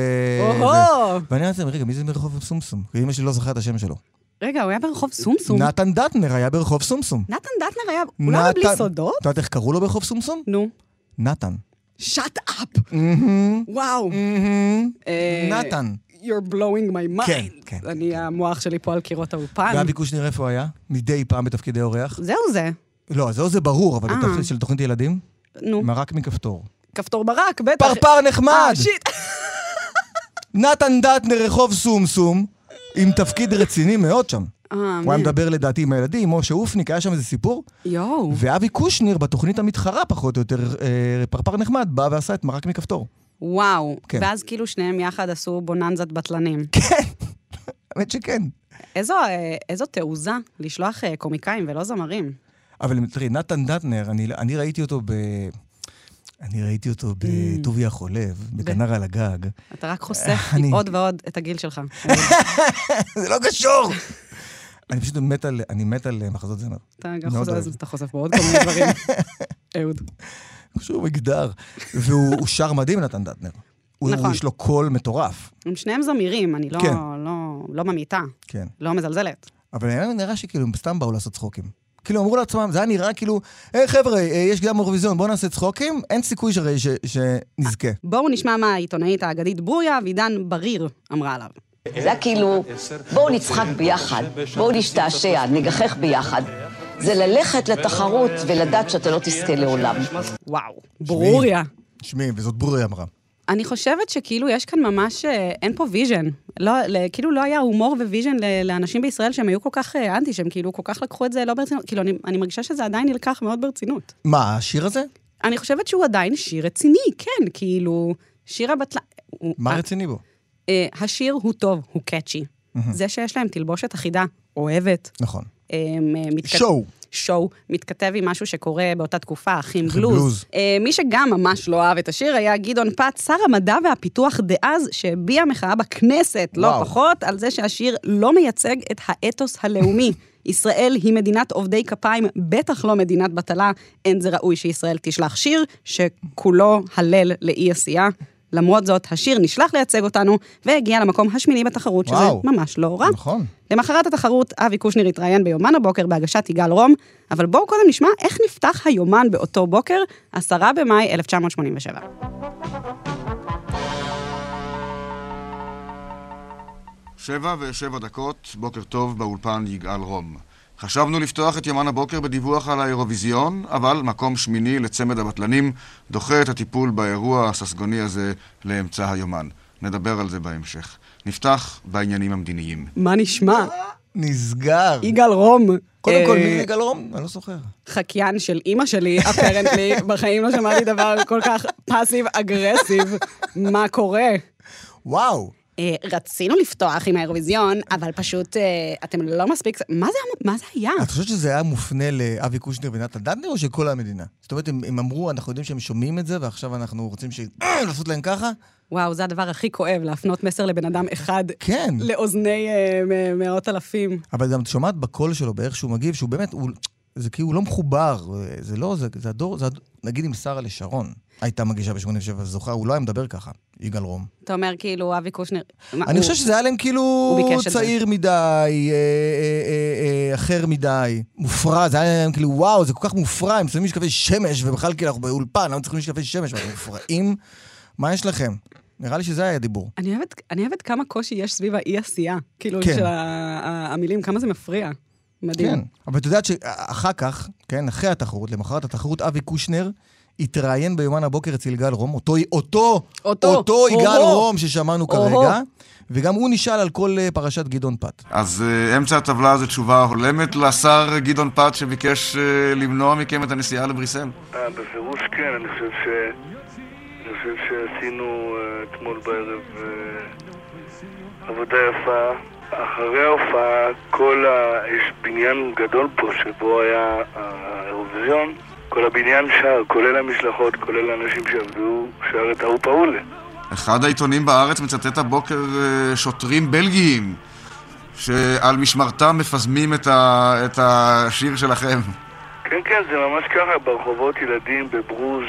[SPEAKER 3] זה."
[SPEAKER 2] אוהו!
[SPEAKER 3] ואני אמרתי רגע, מי זה מרחוב סומסום? כי אימא שלי לא זכרה את השם שלו.
[SPEAKER 2] רגע, הוא היה ברחוב סומסום.
[SPEAKER 3] נתן דטנר היה ברחוב סומסום.
[SPEAKER 2] נתן דטנר היה, הוא לא היה בלי
[SPEAKER 3] נתן-
[SPEAKER 2] סודות?
[SPEAKER 3] את יודעת איך קראו לו ברחוב סומסום?
[SPEAKER 2] נו.
[SPEAKER 3] נתן.
[SPEAKER 2] שאט אפ! וואו. אה,
[SPEAKER 3] נתן.
[SPEAKER 2] You're blowing my mind.
[SPEAKER 3] כן, כן.
[SPEAKER 2] אני, המוח שלי פה על קירות האולפן.
[SPEAKER 3] ואבי קושניר, איפה הוא היה? מדי פעם בתפקידי אורח.
[SPEAKER 2] זהו זה.
[SPEAKER 3] לא, זהו זה ברור, אבל
[SPEAKER 2] אה.
[SPEAKER 3] בתפקיד של תוכנית ילדים?
[SPEAKER 2] נו,
[SPEAKER 3] מרק מכפתור.
[SPEAKER 2] כפתור ברק, בטח.
[SPEAKER 3] פרפר נחמד!
[SPEAKER 2] אה, שיט.
[SPEAKER 3] נתן דטנר, רחוב סומסום, עם תפקיד רציני מאוד שם.
[SPEAKER 2] אה,
[SPEAKER 3] הוא היה
[SPEAKER 2] מי?
[SPEAKER 3] מדבר לדעתי עם הילדים, עם משה אופניק, היה שם איזה סיפור.
[SPEAKER 2] יואו.
[SPEAKER 3] ואבי קושניר, בתוכנית המתחרה פחות או יותר, אה, פרפר נחמד, בא ועשה את מרק מכפתור.
[SPEAKER 2] וואו.
[SPEAKER 3] כן.
[SPEAKER 2] ואז כאילו שניהם יחד עשו בוננזת בטלנים.
[SPEAKER 3] כן! האמת שכן.
[SPEAKER 2] איזו, אה, איזו תעוזה לשלוח אה, קומיקאים ולא זמרים.
[SPEAKER 3] אבל תראי, נתן דטנר, אני, אני ראיתי אותו ב... אני ראיתי
[SPEAKER 2] Mm.
[SPEAKER 3] אותו בטוביה החולב, בכנר על הגג.
[SPEAKER 2] אתה רק חושף
[SPEAKER 3] אה, אני-
[SPEAKER 2] עוד ועוד את הגיל שלך.
[SPEAKER 3] זה לא קשור! אני פשוט מת על, אני מת על אה, מחזות זמר.
[SPEAKER 2] אתה גם
[SPEAKER 3] מאוד
[SPEAKER 2] חושף,
[SPEAKER 3] אוהב.
[SPEAKER 2] אז אתה חושף בעוד כל מיני דברים. אהוד.
[SPEAKER 3] שהוא מגדר. והוא הוא שר מדהים, נתן דטנר. הוא-
[SPEAKER 2] נכון.
[SPEAKER 3] יש לו קול מטורף.
[SPEAKER 2] הם שניהם זמירים, אני לא,
[SPEAKER 3] כן.
[SPEAKER 2] לא, לא ממעיטה,
[SPEAKER 3] כן.
[SPEAKER 2] לא מזלזלת.
[SPEAKER 3] אבל היה נראה שכאילו הם סתם באו לעשות צחוקים. כאילו אמרו לעצמם, זה היה נראה כאילו, היי חבר'ה, אה, יש גם אירוויזיון, בואו נעשה צחוקים, אין סיכוי ש- ש- שנזכה.
[SPEAKER 2] בואו נשמע מה העיתונאית האגדית ברוריה אבידן בריר אמרה עליו.
[SPEAKER 8] זה היה כאילו, בואו נצחק ביחד, בואו נשתעשע, נגחך ביחד. זה ללכת לתחרות ולדעת שאתה לא תזכה לעולם.
[SPEAKER 2] וואו, ברוריה.
[SPEAKER 3] שמעי, וזאת ברורי אמרה.
[SPEAKER 2] אני חושבת שכאילו יש כאן ממש, אה, אין פה ויז'ן. לא, ל- כאילו לא היה הומור וויז'ן ל- לאנשים בישראל שהם היו כל כך אה, אנטי, שהם כאילו כל כך לקחו את זה לא ברצינות. כאילו, אני, אני מרגישה שזה עדיין נלקח מאוד ברצינות.
[SPEAKER 3] מה, השיר הזה?
[SPEAKER 2] אני חושבת שהוא עדיין שיר רציני, כן, כאילו, שיר הבטלה... הוא-
[SPEAKER 3] מה
[SPEAKER 2] אה,
[SPEAKER 3] רציני בו?
[SPEAKER 2] אה, השיר הוא טוב, הוא קאצ'י. זה שיש להם תלבושת אחידה, אוהבת,
[SPEAKER 3] נכון.
[SPEAKER 2] אמ, אה, מתכת-
[SPEAKER 3] שואו.
[SPEAKER 2] שואו, מתכתב עם משהו שקורה באותה תקופה, אחים
[SPEAKER 3] אחים
[SPEAKER 2] בלוז.
[SPEAKER 3] בלוז.
[SPEAKER 2] אה, מי שגם ממש לא אהב את השיר היה גדעון פת, שר המדע והפיתוח דאז, שהביע מחאה בכנסת, לא
[SPEAKER 3] וואו.
[SPEAKER 2] פחות, על זה שהשיר לא מייצג את האתוס הלאומי. ישראל היא מדינת עובדי כפיים, בטח לא מדינת בטלה. אין זה ראוי שישראל תשלח שיר שכולו הלל לאי עשייה. למרות זאת, השיר נשלח לייצג אותנו, והגיע למקום השמיני בתחרות, שזה
[SPEAKER 3] וואו.
[SPEAKER 2] ממש לא רע.
[SPEAKER 3] נכון.
[SPEAKER 2] למחרת התחרות, אבי קושניר התראיין ביומן הבוקר בהגשת יגאל רום, אבל בואו קודם נשמע איך נפתח היומן באותו בוקר, 10 במאי 1987.
[SPEAKER 9] שבע ושבע דקות, בוקר טוב באולפן יגאל רום. חשבנו לפתוח את יומן הבוקר בדיווח על האירוויזיון, אבל מקום שמיני לצמד הבטלנים דוחה את הטיפול באירוע הססגוני הזה לאמצע היומן. נדבר על זה בהמשך. נפתח בעניינים המדיניים.
[SPEAKER 2] מה נשמע?
[SPEAKER 3] נסגר.
[SPEAKER 2] יגאל רום.
[SPEAKER 3] קודם כל,
[SPEAKER 2] אה,
[SPEAKER 3] מי זה יגאל רום? אני לא זוכר.
[SPEAKER 2] חקיין של אימא שלי, אפרנטלי, בחיים לא שמעתי דבר כל כך פאסיב אגרסיב. מה קורה?
[SPEAKER 3] וואו.
[SPEAKER 2] אה, רצינו לפתוח עם האירוויזיון, אבל פשוט אה, אתם לא מספיק... מה זה המ- מה זה היה?
[SPEAKER 3] את חושבת שזה היה מופנה לאבי קושניר ונתן דנדנר או של כל המדינה? זאת אומרת, הם, הם אמרו, אנחנו יודעים שהם שומעים את זה, ועכשיו אנחנו רוצים ש... לעשות להם ככה?
[SPEAKER 2] וואו, זה הדבר הכי כואב, להפנות מסר לבן אדם אחד.
[SPEAKER 3] כן.
[SPEAKER 2] לאוזני אה, מ- מאות אלפים.
[SPEAKER 3] אבל גם את שומעת בקול שלו, באיך שהוא מגיב, שהוא באמת, הוא, זה כאילו הוא לא מחובר, זה לא, זה, זה הדור, זה הדור, נגיד אם שרה לשרון הייתה מגישה ב-87 זוכה, הוא לא היה מדבר ככה, יגאל רום.
[SPEAKER 2] אתה אומר כאילו, אבי קושניר... מה,
[SPEAKER 3] אני
[SPEAKER 2] הוא-
[SPEAKER 3] חושב שזה היה להם כאילו
[SPEAKER 2] ביקש את זה.
[SPEAKER 3] צעיר מדי, אה, אה, אה, אה, אחר מדי, מופרע, זה היה להם כאילו, וואו, זה כל כך מופרע, הם שמים משקפי שמש, ובכלל כאילו אנחנו באולפן, למה צריכים משקפי שמש? מה, אתם מופרעים? מה יש לכם? נראה לי שזה היה הדיבור.
[SPEAKER 2] אני אוהבת, אני אוהבת כמה קושי יש סביב האי-עשייה, כאילו,
[SPEAKER 3] כן.
[SPEAKER 2] של ה- ה- המילים, כמה זה מפריע. מדהים.
[SPEAKER 3] כן, אבל את יודעת שאחר כך, כן, אחרי התחרות, למחרת התחרות, אבי קושנר התראיין ביומן הבוקר אצל יגאל רום, אותו, אותו,
[SPEAKER 2] אותו,
[SPEAKER 3] אותו יגאל
[SPEAKER 2] או-הו.
[SPEAKER 3] רום ששמענו
[SPEAKER 2] או-הו.
[SPEAKER 3] כרגע, וגם הוא נשאל על כל אה, פרשת גדעון פת.
[SPEAKER 9] אז אה, אמצע הטבלה זו תשובה הולמת לשר גדעון פת שביקש אה, למנוע מכם את הנסיעה לבריסל.
[SPEAKER 10] אה, בפירוש כן, אני חושב ש... אני חושב שעשינו אה, אתמול בערב אה, עבודה יפה. אחרי ההופעה, כל ה... יש בניין גדול פה שבו היה אה, האירוויזיון. כל הבניין שר, כולל המשלחות, כולל האנשים שעבדו, שר את ההוא פאולה.
[SPEAKER 9] אחד העיתונים בארץ מצטט הבוקר אה, שוטרים בלגיים שעל משמרתם מפזמים את, ה, את השיר שלכם.
[SPEAKER 10] כן, כן, זה ממש ככה, ברחובות ילדים, בברוז.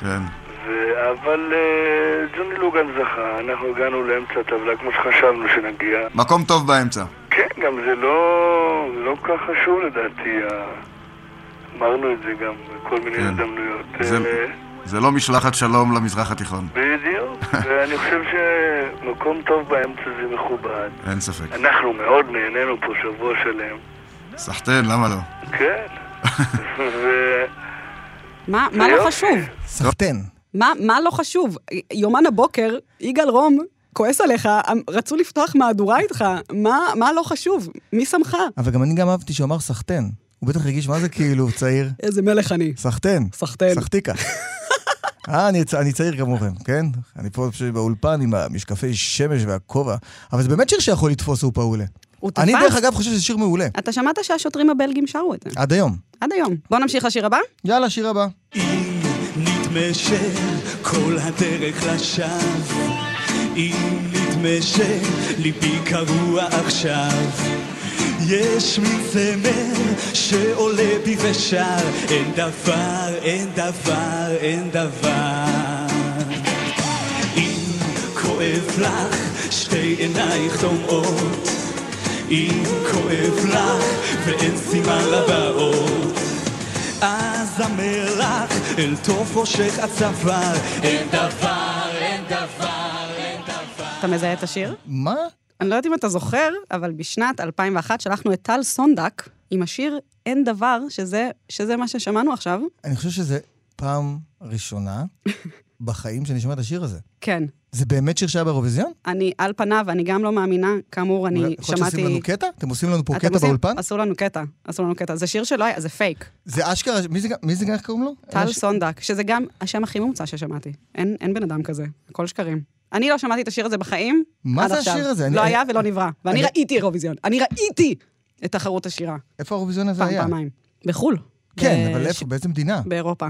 [SPEAKER 9] כן.
[SPEAKER 10] ו... אבל אה, ג'וני לוגן זכה, אנחנו הגענו לאמצע הטבלה כמו שחשבנו שנגיע.
[SPEAKER 9] מקום טוב באמצע.
[SPEAKER 10] כן, גם זה לא, לא כל כך חשוב לדעתי. ה- אמרנו את זה גם בכל מיני
[SPEAKER 9] כן.
[SPEAKER 10] הזדמנויות.
[SPEAKER 9] זה-
[SPEAKER 10] אה,
[SPEAKER 9] זה לא משלחת שלום למזרח התיכון,
[SPEAKER 10] בדיוק, ואני חושב שמקום טוב באמצע זה מכובד.
[SPEAKER 9] אין ספק.
[SPEAKER 10] אנחנו מאוד נהנינו פה שבוע שלם.
[SPEAKER 9] סחטיין, למה לא?
[SPEAKER 10] כן. ו...
[SPEAKER 2] מה, מה לא
[SPEAKER 10] יופי.
[SPEAKER 2] חשוב?
[SPEAKER 3] סחטן.
[SPEAKER 2] מה, מה לא חשוב? יומן הבוקר, יגאל רום כועס עליך, אמ- רצו לפתוח מהדורה איתך, מה, מה לא חשוב? מי שמך?
[SPEAKER 3] אבל גם אני גם אהבתי שהוא אמר סחטן. הוא בטח הרגיש מה זה כאילו צעיר.
[SPEAKER 2] איזה מלך אני.
[SPEAKER 3] סחטן.
[SPEAKER 2] סחטן.
[SPEAKER 3] סחטיקה. אה, אני, צ- אני צעיר כמוכם, כן? אני פה פשוט באולפן עם המשקפי שמש והכובע. אבל זה באמת שיר שיכול לתפוס הוא פעולה.
[SPEAKER 2] הוא
[SPEAKER 3] אני
[SPEAKER 2] תפס.
[SPEAKER 3] דרך אגב חושב שזה שיר מעולה.
[SPEAKER 2] אתה שמעת שהשוטרים הבלגים שרו את זה,
[SPEAKER 3] עד היום.
[SPEAKER 2] עד היום. בוא נמשיך לשיר הבא.
[SPEAKER 3] יאללה, שיר הבא.
[SPEAKER 4] אם נדמה שכל הדרך לשווא, אם נדמה שליבי קרוע עכשיו,
[SPEAKER 11] יש מין זמר שעולה בי ושר, אין דבר, אין דבר, אין דבר. אם כואב לך, שתי עינייך דומעות. אם כואב לך, ואין סימן לבאות. אז המלח אל תוף מושך הצוואר, אין דבר, אין דבר, אין דבר.
[SPEAKER 2] אתה מזהה את השיר?
[SPEAKER 3] מה?
[SPEAKER 2] אני לא יודעת אם אתה זוכר, אבל בשנת 2001 שלחנו את טל סונדק עם השיר "אין דבר", שזה, שזה מה ששמענו עכשיו.
[SPEAKER 3] אני חושב שזה פעם ראשונה בחיים שאני שומע את השיר הזה.
[SPEAKER 2] כן.
[SPEAKER 3] זה באמת שיר שהיה באירוויזיון?
[SPEAKER 2] אני, על פניו, אני גם לא מאמינה, כאמור, אני
[SPEAKER 3] אולי-
[SPEAKER 2] שמעתי...
[SPEAKER 3] יכול להיות שעושים לנו קטע? אתם עושים לנו פה
[SPEAKER 2] אתם
[SPEAKER 3] קטע
[SPEAKER 2] עושים-
[SPEAKER 3] באולפן?
[SPEAKER 2] עשו לנו קטע, עשו לנו קטע. זה שיר שלא היה, זה פייק.
[SPEAKER 3] זה אשכרה, מי זה גם- מי זה גם, איך קוראים לו?
[SPEAKER 2] טל סונדק, שזה גם השם הכי מומצא ששמעתי. אין, אין בן אדם כזה, הכל שקרים. אני לא שמעתי את השיר הזה בחיים,
[SPEAKER 3] מה
[SPEAKER 2] עד
[SPEAKER 3] זה
[SPEAKER 2] עכשיו.
[SPEAKER 3] השיר הזה? אני-
[SPEAKER 2] לא
[SPEAKER 3] אני-
[SPEAKER 2] היה ולא נברא. ואני
[SPEAKER 3] אני-
[SPEAKER 2] ראיתי אירוויזיון, אני ראיתי את תחרות השירה.
[SPEAKER 3] איפה האירוויזיון הזה
[SPEAKER 2] פעם,
[SPEAKER 3] היה?
[SPEAKER 2] פעמיים. בחו"ל.
[SPEAKER 3] כן,
[SPEAKER 2] ב-
[SPEAKER 3] אבל
[SPEAKER 2] ש-
[SPEAKER 3] איפה? באיזה מדינה?
[SPEAKER 2] באירופה.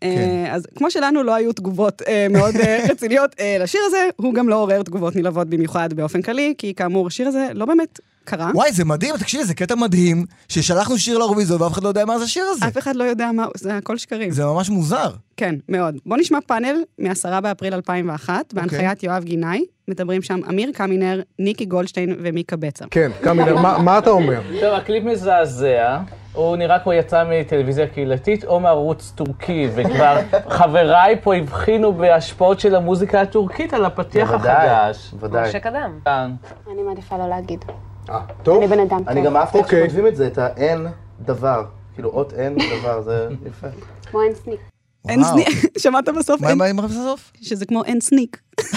[SPEAKER 3] כן.
[SPEAKER 2] אה, אז כמו שלנו לא היו תגובות אה, מאוד אה, רציניות אה, לשיר הזה, הוא גם לא עורר תגובות נלהבות במיוחד באופן כללי, כי כאמור, השיר הזה לא באמת קרה.
[SPEAKER 3] וואי, זה מדהים, תקשיבי, זה קטע מדהים, ששלחנו שיר לאירוויזיון ואף אחד לא יודע מה זה השיר הזה.
[SPEAKER 2] אף אחד לא יודע מה, זה הכל שקרים.
[SPEAKER 3] זה ממש מוזר.
[SPEAKER 2] כן, מאוד. בואו נשמע פאנל מ-10 באפריל 2001,
[SPEAKER 3] אוקיי.
[SPEAKER 2] בהנחיית יואב גינאי. מדברים שם אמיר קמינר, ניקי גולדשטיין ומיקה בצר.
[SPEAKER 12] כן, קמינר, מה- מה אתה אומר?
[SPEAKER 13] טוב, הקליפ מזעזע, הוא נראה כמו יצא מטלוויזיה קהילתית או מערוץ טורקי, וכבר חבריי פה הבחינו בהשפעות של המוזיקה הטורקית על הפתיח
[SPEAKER 14] בוודאי,
[SPEAKER 13] החדש. כן.
[SPEAKER 14] בוודאי. משה
[SPEAKER 13] קדם.
[SPEAKER 15] אני מעדיפה לא להגיד.
[SPEAKER 14] טוב.
[SPEAKER 15] אני בן אדם
[SPEAKER 14] אני
[SPEAKER 15] טוב.
[SPEAKER 14] גם אהבתי איך
[SPEAKER 15] אוקיי.
[SPEAKER 14] שכותבים את זה, את האין דבר. כאילו, אות אין דבר, זה יפה.
[SPEAKER 15] כמו אין סניק.
[SPEAKER 2] אין סניק, שמעת בסוף? מה
[SPEAKER 3] הם אמרו בסוף?
[SPEAKER 2] שזה כמו אין סניק.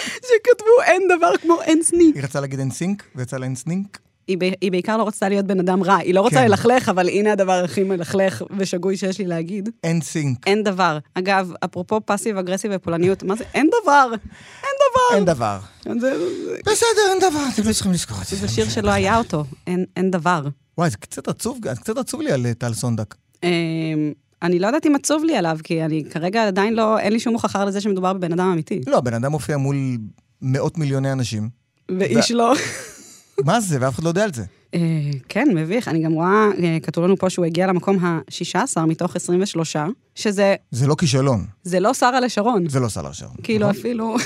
[SPEAKER 2] שכתבו אין דבר כמו אין סניק.
[SPEAKER 3] היא רצתה להגיד אין סינק, ויצא לה אין סנינק.
[SPEAKER 2] היא ב- היא בעיקר לא רוצה להיות בן אדם רע, היא לא רוצה
[SPEAKER 3] כן.
[SPEAKER 2] ללכלך, אבל הנה הדבר הכי מלכלך ושגוי שיש לי להגיד.
[SPEAKER 3] אין סינק.
[SPEAKER 2] אין דבר. אגב, אפרופו פאסיב אגרסיב ופולניות, מה זה? אין דבר! אין
[SPEAKER 3] דבר.
[SPEAKER 2] אין דבר.
[SPEAKER 3] בסדר, אין דבר, אתם לא צריכים לזכור את זה.
[SPEAKER 2] זה שיר שלא היה אותו, אין- אין דבר.
[SPEAKER 3] וואי, זה קצת עצוב, קצת עצוב לי על אה, טל סונדק.
[SPEAKER 2] אמ, אני לא יודעת אם עצוב לי עליו, כי אני כרגע עדיין לא, אין לי שום הוכחה לזה שמדובר בבן אדם אמיתי.
[SPEAKER 3] לא, הבן אדם מופיע מול מאות מיליוני אנשים.
[SPEAKER 2] ואיש
[SPEAKER 3] ו-
[SPEAKER 2] לא.
[SPEAKER 3] מה זה? ואף אחד לא יודע על זה.
[SPEAKER 2] אה, כן, מביך. אני גם רואה, אה, כתוב לנו פה שהוא הגיע למקום ה-16 מתוך 23, שזה,
[SPEAKER 3] זה לא כישלון,
[SPEAKER 2] זה לא שרה לשרון.
[SPEAKER 3] זה לא סלר שרון.
[SPEAKER 2] כאילו אפילו,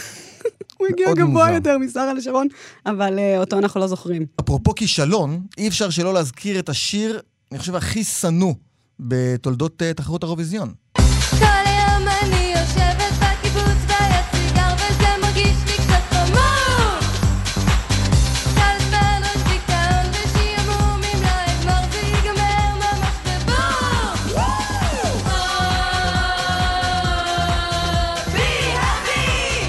[SPEAKER 2] הוא הגיע
[SPEAKER 3] מאוד
[SPEAKER 2] גבוה
[SPEAKER 3] מוזר.
[SPEAKER 2] יותר משרה לשרון, אבל אה, אותו אנחנו לא זוכרים.
[SPEAKER 3] אפרופו כישלון, אי אפשר שלא להזכיר את השיר, אני חושב, הכי שנוא בתולדות אה, תחרות האירוויזיון.
[SPEAKER 5] כל היום אני יושבת בקיבוץ והסיגר וזה מרגיש לי קצת חמור סלמן עוד דיכאון ושעמום אם לא אגמר זה ייגמר ממש בבור בי אבי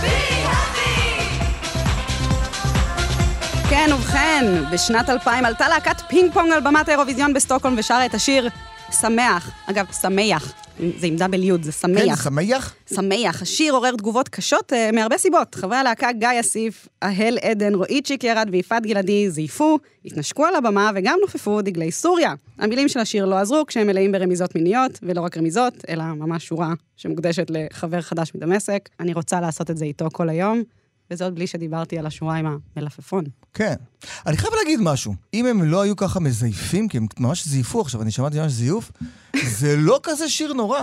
[SPEAKER 5] בי אבי
[SPEAKER 2] כן, ובכן, בשנת 2000 עלתה להקת פינג פונג על במת האירוויזיון בסטוקהולם ושרה את השיר שמח. אגב, שמח, זה עם דאבל יוד, זה שמח.
[SPEAKER 3] כן, שמח?
[SPEAKER 2] שמח. השיר עורר תגובות קשות אה, מהרבה סיבות. חברי הלהקה גיא אסיף, אהל עדן, רועי צ'יק ירד ויפעת גלעדי זייפו, התנשקו על הבמה וגם נופפו דגלי סוריה. המילים של השיר לא עזרו כשהם מלאים ברמיזות מיניות, ולא רק רמיזות, אלא ממש שורה שמוקדשת לחבר חדש מדמשק. אני רוצה לעשות את זה איתו כל היום, וזה עוד בלי שדיברתי על השורה עם המלפפון.
[SPEAKER 3] כן. אני חייב להגיד משהו. אם הם לא היו ככה מזייפים, כי הם ממש זייפו עכשיו, אני שמעתי ממש זיוף, זה לא כזה שיר נורא.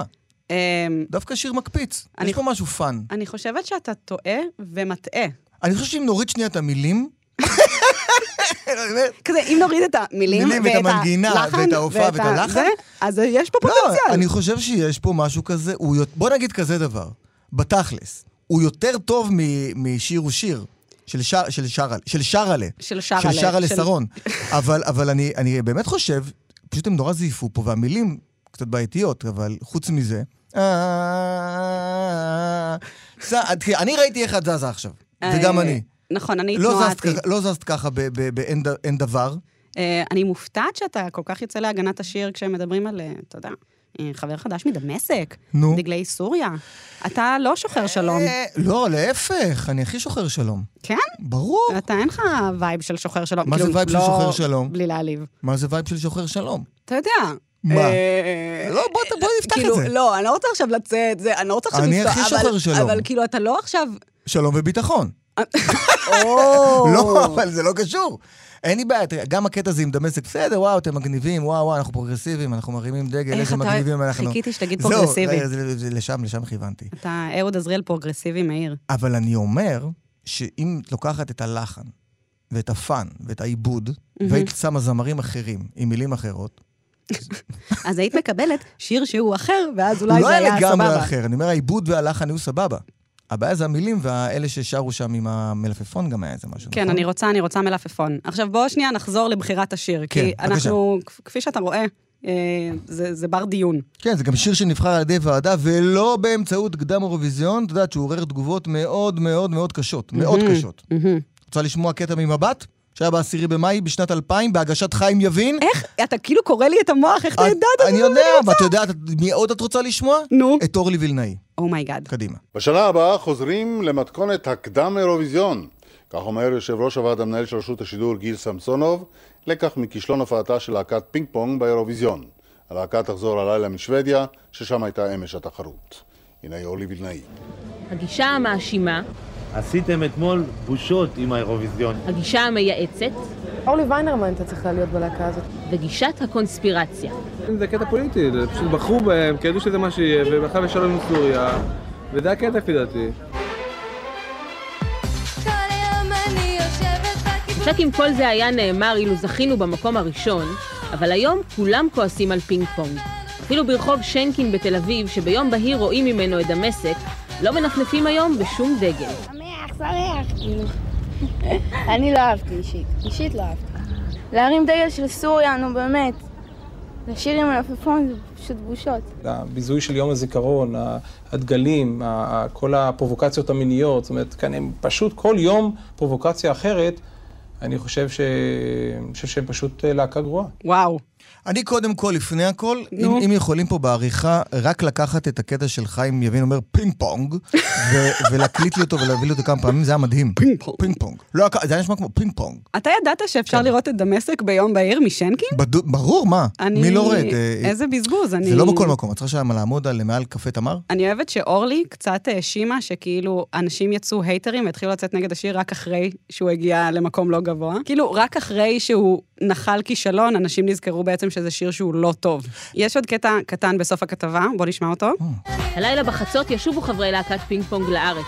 [SPEAKER 3] דווקא שיר מקפיץ.
[SPEAKER 2] אני-
[SPEAKER 3] יש פה משהו פאן.
[SPEAKER 2] אמ, אני חושבת שאתה טועה ומטעה.
[SPEAKER 3] אני חושב שאם נוריד שנייה את המילים,
[SPEAKER 2] כזה, אם נוריד את המילים,
[SPEAKER 3] מילים ואת המנגינה,
[SPEAKER 2] הלחן,
[SPEAKER 3] ואת ההופעה, ואת
[SPEAKER 2] ה-
[SPEAKER 3] הלחן.
[SPEAKER 2] זה, אז יש פה
[SPEAKER 3] לא,
[SPEAKER 2] פוטנציאל.
[SPEAKER 3] אני חושב שיש פה משהו כזה, הוא יות- בוא נגיד כזה דבר, בתכלס, הוא יותר טוב מ- משיר ושיר. של שר- של שרלה, של שרלה,
[SPEAKER 2] של שרלה,
[SPEAKER 3] של שרלה
[SPEAKER 2] של-
[SPEAKER 3] שרון. אבל, אבל אני, אני באמת חושב, פשוט הם נורא זייפו פה, והמילים קצת בעייתיות, אבל חוץ מזה... אה, ס- תראי, אני ראיתי איך את זזה עכשיו, וגם
[SPEAKER 2] אה,
[SPEAKER 3] אני.
[SPEAKER 2] נכון, אני
[SPEAKER 3] לא זזת
[SPEAKER 2] התנועעתי.
[SPEAKER 3] ככה- לא זזת ככה ב- ב- באין ד- אין דבר.
[SPEAKER 2] אה, אני מופתעת שאתה כל כך יוצא להגנת השיר כשמדברים על, אה, אתה יודע, אה, חבר חדש מדמשק,
[SPEAKER 3] נו.
[SPEAKER 2] דגלי סוריה. אתה לא שוחר שלום.
[SPEAKER 3] אה, לא, להפך, אני הכי שוחר שלום.
[SPEAKER 2] כן?
[SPEAKER 3] ברור.
[SPEAKER 2] אתה אין לך וייב של שוחר שלום.
[SPEAKER 3] מה זה
[SPEAKER 2] כאילו,
[SPEAKER 3] וייב של
[SPEAKER 2] לא-
[SPEAKER 3] שוחר שלום?
[SPEAKER 2] בלי להעליב.
[SPEAKER 3] מה זה וייב של שוחר שלום?
[SPEAKER 2] אתה יודע,
[SPEAKER 3] מה?
[SPEAKER 2] אה,
[SPEAKER 3] לא, בוא ת- בוא נפתח
[SPEAKER 2] כאילו,
[SPEAKER 3] את זה.
[SPEAKER 2] לא, אני לא רוצה עכשיו לצאת, זה, אני לא רוצה עכשיו
[SPEAKER 3] אני
[SPEAKER 2] לפתוח,
[SPEAKER 3] הכי
[SPEAKER 2] אבל-
[SPEAKER 3] שוחר שלום.
[SPEAKER 2] אבל כאילו, אתה לא עכשיו...
[SPEAKER 3] שלום וביטחון.
[SPEAKER 2] או,
[SPEAKER 3] לא, אבל זה לא קשור. אין לי בעיה, תראה, גם הקטע הזה עם דמשק, בסדר, וואו, אתם מגניבים, וואו, וואו, אנחנו פרוגרסיביים, אנחנו מרימים דגל,
[SPEAKER 2] איך אתה-
[SPEAKER 3] איזה מגניבים אנחנו.
[SPEAKER 2] חיכיתי שתגיד
[SPEAKER 3] זהו,
[SPEAKER 2] פרוגרסיבי.
[SPEAKER 3] זה- זה- זה- לשם, לשם כיוונתי.
[SPEAKER 2] אתה אהוד עזריאל פרוגרסיבי מהיר.
[SPEAKER 3] אבל אני אומר שאם את לוקחת את הלחן ואת הפאן ואת העיבוד, והיית שמה זמרים אחרים עם מילים אחרות,
[SPEAKER 2] אז היית מקבלת שיר שהוא אחר, ואז
[SPEAKER 3] הוא
[SPEAKER 2] אולי
[SPEAKER 3] לא
[SPEAKER 2] זה
[SPEAKER 3] היה
[SPEAKER 2] היה
[SPEAKER 3] לגמרי
[SPEAKER 2] סבבה.
[SPEAKER 3] אחר. אני אומר, העיבוד והלחן היו סבבה. הבעיה זה המילים והאלה ששרו שם עם המלפפון, גם היה איזה משהו.
[SPEAKER 2] כן, אני רוצה, אני רוצה מלפפון. עכשיו בואו שנייה נחזור לבחירת השיר,
[SPEAKER 3] כן,
[SPEAKER 2] כי
[SPEAKER 3] בבקשה.
[SPEAKER 2] אנחנו, כ- כפי שאתה רואה, אה, זה זה בר דיון.
[SPEAKER 3] כן, זה גם שיר שנבחר על ידי ועדה, ולא באמצעות קדם אירוויזיון, את יודעת שהוא עורר תגובות מאוד מאוד מאוד קשות. מאוד
[SPEAKER 2] מהמם,
[SPEAKER 3] קשות. רוצה לשמוע קטע ממבט? שהיה בעשירי במאי בשנת 2000, בהגשת חיים יבין.
[SPEAKER 2] איך? אתה כאילו קורא לי את המוח, איך אתה ידעת את זה?
[SPEAKER 3] אני יודע, ואת יודעת, מי עוד את רוצה לשמוע?
[SPEAKER 2] נו.
[SPEAKER 3] את אורלי וילנאי.
[SPEAKER 2] אומייגאד.
[SPEAKER 3] קדימה.
[SPEAKER 16] בשנה הבאה חוזרים למתכונת הקדם אירוויזיון. כך אומר יושב ראש הוועד המנהל של רשות השידור גיל סמסונוב, לקח מכישלון הופעתה של להקת פינג פונג באירוויזיון. הלהקה תחזור הלילה משוודיה, ששם הייתה אמש התחרות. הנה אורלי וילנאי.
[SPEAKER 17] הגישה המאשימה,
[SPEAKER 18] עשיתם אתמול בושות עם האירוויזיון.
[SPEAKER 17] הגישה המייעצת. אורלי ויינרמן הייתה צריכה להיות בלהקה הזאת. וגישת הקונספירציה.
[SPEAKER 19] זה קטע פוליטי, זה פשוט בחרו בהם, כי ידעו שזה מה שיהיה, ובכלל יש שלום עם סוריה, וזה הקטע לפי דעתי.
[SPEAKER 17] ספק אם כל זה היה נאמר אילו זכינו במקום הראשון, אבל היום כולם כועסים על פינג פונג. אפילו ברחוב שיינקין בתל אביב, שביום בהיר רואים ממנו את דמשק, לא מנפנפים היום בשום דגל.
[SPEAKER 20] שמח, שמח, כאילו. אני לא אהבתי אישית. אישית לא אהבתי. להרים דגל של סוריה, נו באמת. לשיר עם מלפפון זה פשוט בושות.
[SPEAKER 21] הביזוי של יום הזיכרון, ה- הדגלים, ה- ה- כל הפרובוקציות המיניות, זאת אומרת, כאן הם פשוט כל יום פרובוקציה אחרת, אני חושב, ש... אני חושב שהם פשוט אה, להקה גרועה.
[SPEAKER 2] וואו.
[SPEAKER 3] אני קודם כל, לפני הכל,
[SPEAKER 21] נו.
[SPEAKER 3] אם, אם יכולים פה בעריכה, רק לקחת את הקטע של חיים יבין אומר פינג פונג, ו- ולהקליט לי אותו ולהביא לי אותו כמה פעמים, זה היה מדהים. פינג פונג. פינג פונג. לא, הק- זה היה נשמע כמו פינג פונג.
[SPEAKER 2] אתה ידעת שאפשר
[SPEAKER 3] כן.
[SPEAKER 2] לראות את דמשק ביום בהיר משנקין?
[SPEAKER 3] בדו- ברור, מה?
[SPEAKER 2] אני-
[SPEAKER 3] מי לא רואה את... אה,
[SPEAKER 2] איזה בזבוז, אני...
[SPEAKER 3] זה לא בכל מקום, את צריכה שם לעמוד על מעל קפה תמר?
[SPEAKER 2] אני אוהבת שאורלי קצת אה, האשימה שכאילו אנשים יצאו הייטרים והתחילו לצאת נגד השיר רק אחרי שהוא הגיע למקום לא גבוה. כאילו, רק אחרי שהוא נחל כישלון, אנשים נזכרו בעצם שזה שיר שהוא לא טוב. יש עוד קטע קטן בסוף הכתבה, בוא נשמע אותו.
[SPEAKER 17] הלילה בחצות ישובו חברי להקת פינג פונג לארץ.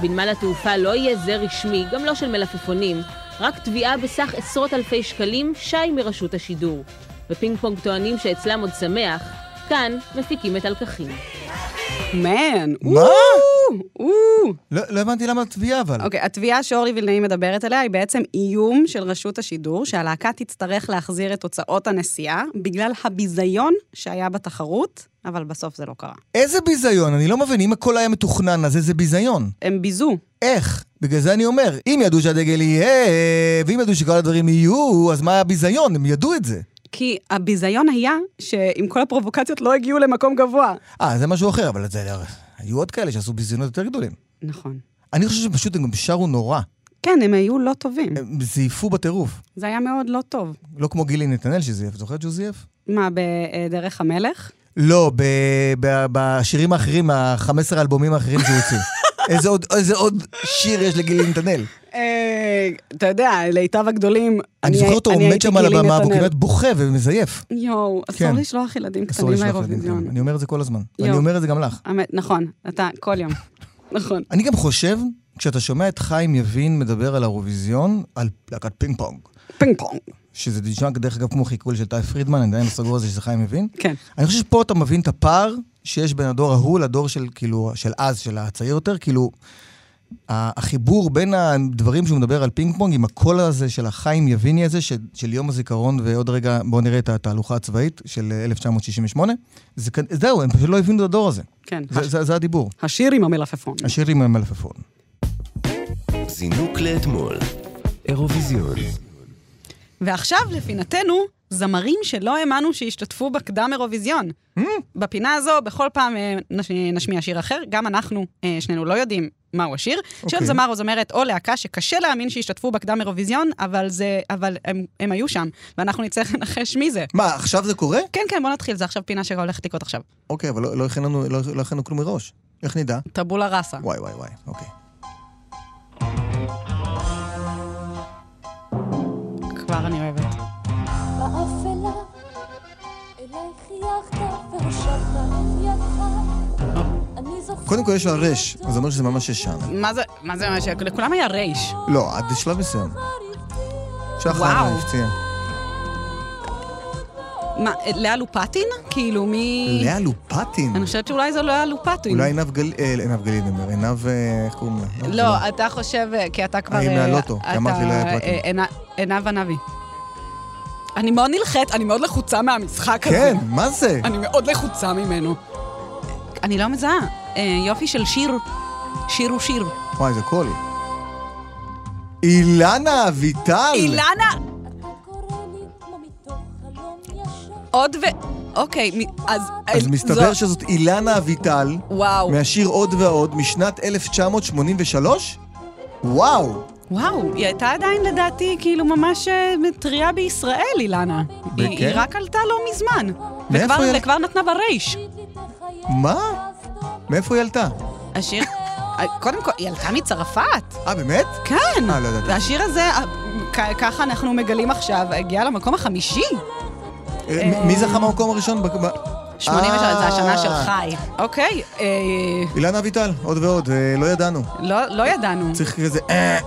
[SPEAKER 17] בנמל התעופה לא יהיה זה רשמי, גם לא של מלפפונים, רק תביעה בסך עשרות אלפי שקלים, שי מרשות השידור. בפינג פונג טוענים שאצלם עוד שמח, כאן מפיקים את הלקחים.
[SPEAKER 2] מן.
[SPEAKER 3] מה?
[SPEAKER 2] וואו.
[SPEAKER 3] לא לא הבנתי למה התביעה, אבל.
[SPEAKER 2] אוקיי, התביעה שאורלי וילנאי מדברת עליה היא בעצם איום של רשות השידור, שהלהקה תצטרך להחזיר את הוצאות הנסיעה בגלל הביזיון שהיה בתחרות, אבל בסוף זה לא קרה.
[SPEAKER 3] איזה ביזיון, אני לא מבין, אם הכל היה מתוכנן, אז איזה ביזיון.
[SPEAKER 2] הם ביזו.
[SPEAKER 3] איך? בגלל זה אני אומר, אם ידעו שהדגל יהיה, ואם ידעו שכל הדברים יהיו, אז מה היה ביזיון? הם ידעו את זה.
[SPEAKER 2] כי הביזיון היה שעם כל הפרובוקציות לא הגיעו למקום גבוה.
[SPEAKER 3] אה, זה משהו אחר, אבל זה... היו עוד כאלה שעשו ביזיונות יותר גדולים.
[SPEAKER 2] נכון.
[SPEAKER 3] אני חושב שפשוט הם גם שרו נורא.
[SPEAKER 2] כן, הם היו לא טובים.
[SPEAKER 3] הם זייפו בטירוף.
[SPEAKER 2] זה היה מאוד לא טוב.
[SPEAKER 3] לא כמו גילי נתנאל שזייף, זוכרת שהוא זייף?
[SPEAKER 2] מה, בדרך המלך?
[SPEAKER 3] לא, ב- ב- בשירים האחרים, ה-15 האלבומים האחרים שהוא הוציא. איזה עוד- איזה עוד שיר יש לגילי נתנאל?
[SPEAKER 2] אה, אתה יודע, להיטיו הגדולים.
[SPEAKER 3] אני זוכר אותו
[SPEAKER 2] אני
[SPEAKER 3] עומד
[SPEAKER 2] הייתי
[SPEAKER 3] שם על
[SPEAKER 2] גילי
[SPEAKER 3] הבמה והוא
[SPEAKER 2] נתנאל.
[SPEAKER 3] כמעט בוכה ומזייף.
[SPEAKER 2] יואו, אסור
[SPEAKER 3] כן.
[SPEAKER 2] לשלוח ילדים
[SPEAKER 3] אסור
[SPEAKER 2] קטנים
[SPEAKER 3] לשלוח ילדים
[SPEAKER 2] לאירוויזיון.
[SPEAKER 3] כאלה. אני אומר את זה כל הזמן. ואני
[SPEAKER 2] יואו.
[SPEAKER 3] אומר את זה גם לך.
[SPEAKER 2] אמת, נכון, אתה כל יום. נכון.
[SPEAKER 3] אני גם חושב, כשאתה שומע את חיים יבין מדבר על האירוויזיון, על להקת פינג פונג.
[SPEAKER 2] פינג פונג.
[SPEAKER 3] שזה נשמע דרך אגב כמו חיקוי של טי פרידמן, אני עדיין לא סגור על זה שזה חיים יבין.
[SPEAKER 2] כן.
[SPEAKER 3] אני חושב שפה אתה מבין את הפער שיש בין הדור ההוא לדור של כאילו, של אז, של הצעיר יותר, כאילו, ה- החיבור בין הדברים שהוא מדבר על פינג פונג עם הקול הזה של החיים יביני הזה, של, של יום הזיכרון, ועוד רגע בואו נראה את התהלוכה הצבאית של 1968, זה, כנ- זהו, הם פשוט לא הבינו את הדור הזה.
[SPEAKER 2] כן.
[SPEAKER 3] זה, זה, זה הדיבור.
[SPEAKER 2] השיר עם המלפפון.
[SPEAKER 3] השיר עם המלפפון.
[SPEAKER 1] זינוק לאתמול, אירוויזיון.
[SPEAKER 2] ועכשיו, לפינתנו, זמרים שלא האמנו שהשתתפו בקדם אירוויזיון. בפינה הזו, בכל פעם אה, נש- נשמיע שיר אחר, גם אנחנו, אה, שנינו לא יודעים מהו השיר, של
[SPEAKER 6] אוקיי.
[SPEAKER 2] זמר או זמרת או להקה שקשה להאמין שהשתתפו בקדם אירוויזיון, אבל, זה, אבל הם, הם היו שם, ואנחנו נצטרך לנחש מי זה.
[SPEAKER 3] מה, עכשיו זה קורה?
[SPEAKER 2] כן, כן, בוא נתחיל, זה עכשיו פינה שהולכת לקרות עכשיו.
[SPEAKER 3] אוקיי, אבל לא- לא הכין לנו- לא לא הכנו כלום מראש. איך נדע?
[SPEAKER 2] טבולה ראסה.
[SPEAKER 3] וואי, וואי, וואי, אוקיי.
[SPEAKER 2] כבר אני אוהבת.
[SPEAKER 5] באפלה, אליי חייכת והושבת את ידך. אני זוכרת...
[SPEAKER 3] קודם כל יש לה רש, אז זה אומר שזה ממש ישן.
[SPEAKER 2] מה זה, מה זה, מה ש- לכולם היה רייש.
[SPEAKER 3] לא, עד לשלב מסוים. שחר
[SPEAKER 2] וואו.
[SPEAKER 3] הפציע.
[SPEAKER 2] מה, אה, לאה לופטין? כאילו, מי...
[SPEAKER 3] לאה לופטין.
[SPEAKER 2] אני חושבת שאולי לא זו לאה לופטין.
[SPEAKER 3] אולי עינב גליל, אה, עינב גליל, אני אומר, עינב, אה, איך קוראים לה?
[SPEAKER 2] לא, אתה חושב, אה, כי אתה כבר...
[SPEAKER 3] היא
[SPEAKER 2] אה,
[SPEAKER 3] מהלוטו,
[SPEAKER 2] אתה,
[SPEAKER 3] כי אמרתי לאה
[SPEAKER 2] אה,
[SPEAKER 3] פרטין.
[SPEAKER 2] עיני- עינב ענבי. אני מאוד נלחץ, אני מאוד לחוצה מהמשחק הזה.
[SPEAKER 3] כן, מה זה?
[SPEAKER 2] אני מאוד לחוצה ממנו. אני לא מזהה. אה, יופי של שיר. שיר הוא שיר.
[SPEAKER 3] וואי, זה קול. אילנה אביטל!
[SPEAKER 2] אילנה! עוד ו... אוקיי, מ- אז...
[SPEAKER 3] אז
[SPEAKER 2] אה,
[SPEAKER 3] מסתבר
[SPEAKER 2] זו-
[SPEAKER 3] שזאת אילנה אביטל,
[SPEAKER 2] וואו.
[SPEAKER 3] מהשיר עוד ועוד, משנת 1983? וואו!
[SPEAKER 2] וואו, היא הייתה עדיין לדעתי כאילו ממש אה, טריה בישראל, אילנה. היא- היא
[SPEAKER 3] כן?
[SPEAKER 2] רק עלתה לא מזמן.
[SPEAKER 3] מאיפה
[SPEAKER 2] וכבר-
[SPEAKER 3] היא?
[SPEAKER 2] וכבר נתנה ברייש.
[SPEAKER 3] מה? מאיפה היא עלתה?
[SPEAKER 2] השיר... אה, קודם כל, היא עלתה מצרפת.
[SPEAKER 3] אה, באמת?
[SPEAKER 2] כן.
[SPEAKER 3] אה, לא ידעתי.
[SPEAKER 2] והשיר הזה, אה, כ- ככה אנחנו מגלים עכשיו, הגיע למקום החמישי.
[SPEAKER 3] אה, מ- מי זכה במקום הראשון? ב- ב-
[SPEAKER 2] 83, זה השנה
[SPEAKER 3] אה,
[SPEAKER 2] של חי. אוקיי, אה,
[SPEAKER 3] אילנה אביטל, עוד ועוד, אה, לא ידענו.
[SPEAKER 2] לא לא ידענו.
[SPEAKER 3] צריך כזה... אה,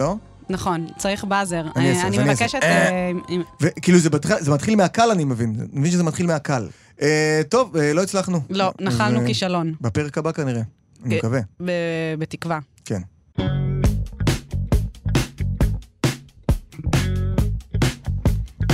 [SPEAKER 3] לא?
[SPEAKER 2] נכון, צריך באזר.
[SPEAKER 3] אני
[SPEAKER 2] אה,
[SPEAKER 3] אעשה,
[SPEAKER 2] אני
[SPEAKER 3] אז אני
[SPEAKER 2] מבקשת...
[SPEAKER 3] אעשה.
[SPEAKER 2] אה, אם-
[SPEAKER 3] וכאילו זה, בתח... זה מתחיל מהקל, אני מבין. אני מבין שזה מתחיל מהקל. אה, טוב, אה, לא הצלחנו.
[SPEAKER 2] לא, נחלנו
[SPEAKER 3] אז, אה,
[SPEAKER 2] כישלון.
[SPEAKER 3] בפרק הבא כנראה. אני
[SPEAKER 2] אה,
[SPEAKER 3] מקווה,
[SPEAKER 2] ב- בתקווה.
[SPEAKER 3] כן.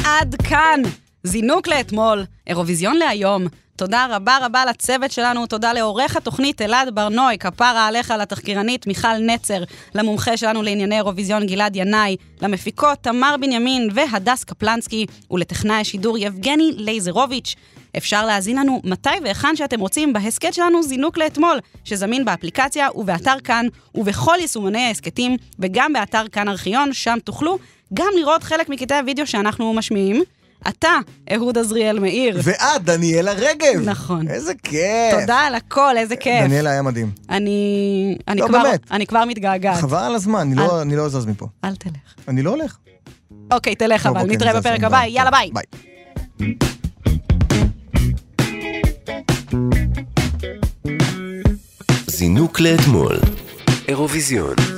[SPEAKER 2] עד כאן. זינוק לאתמול, אירוויזיון להיום. תודה רבה רבה לצוות שלנו, תודה לעורך התוכנית אלעד ברנוי, כפרה עליך לתחקירנית מיכל נצר, למומחה שלנו לענייני אירוויזיון גלעד ינאי, למפיקות תמר בנימין והדס קפלנסקי, ולטכנאי השידור יבגני לייזרוביץ'. אפשר להאזין לנו מתי והיכן שאתם רוצים בהסכת שלנו זינוק לאתמול, שזמין באפליקציה ובאתר כאן, ובכל יישומני ההסכתים, וגם באתר כאן ארכיון, שם תוכלו גם לראות חלק מקטעי הוידאו שאנחנו משמיעים. אתה, אהוד עזריאל מאיר.
[SPEAKER 3] ואת, דניאלה רגב.
[SPEAKER 2] נכון.
[SPEAKER 3] איזה כיף.
[SPEAKER 2] תודה על הכל, איזה כיף.
[SPEAKER 3] דניאלה היה מדהים.
[SPEAKER 2] אני, אני,
[SPEAKER 3] לא,
[SPEAKER 2] כבר,
[SPEAKER 3] באמת.
[SPEAKER 2] אני כבר מתגעגעת.
[SPEAKER 3] חבל על הזמן, אני לא-
[SPEAKER 2] אל-
[SPEAKER 3] אני לא זז מפה.
[SPEAKER 2] אל תלך.
[SPEAKER 3] אני לא הולך.
[SPEAKER 2] אוקיי, תלך
[SPEAKER 3] טוב,
[SPEAKER 2] אבל,
[SPEAKER 3] אוקיי,
[SPEAKER 2] נתראה
[SPEAKER 3] נזז,
[SPEAKER 2] בפרק
[SPEAKER 3] ביי.
[SPEAKER 2] הבא, יאללה ביי.
[SPEAKER 3] ביי.
[SPEAKER 1] זינוק לאתמול, אירוויזיון.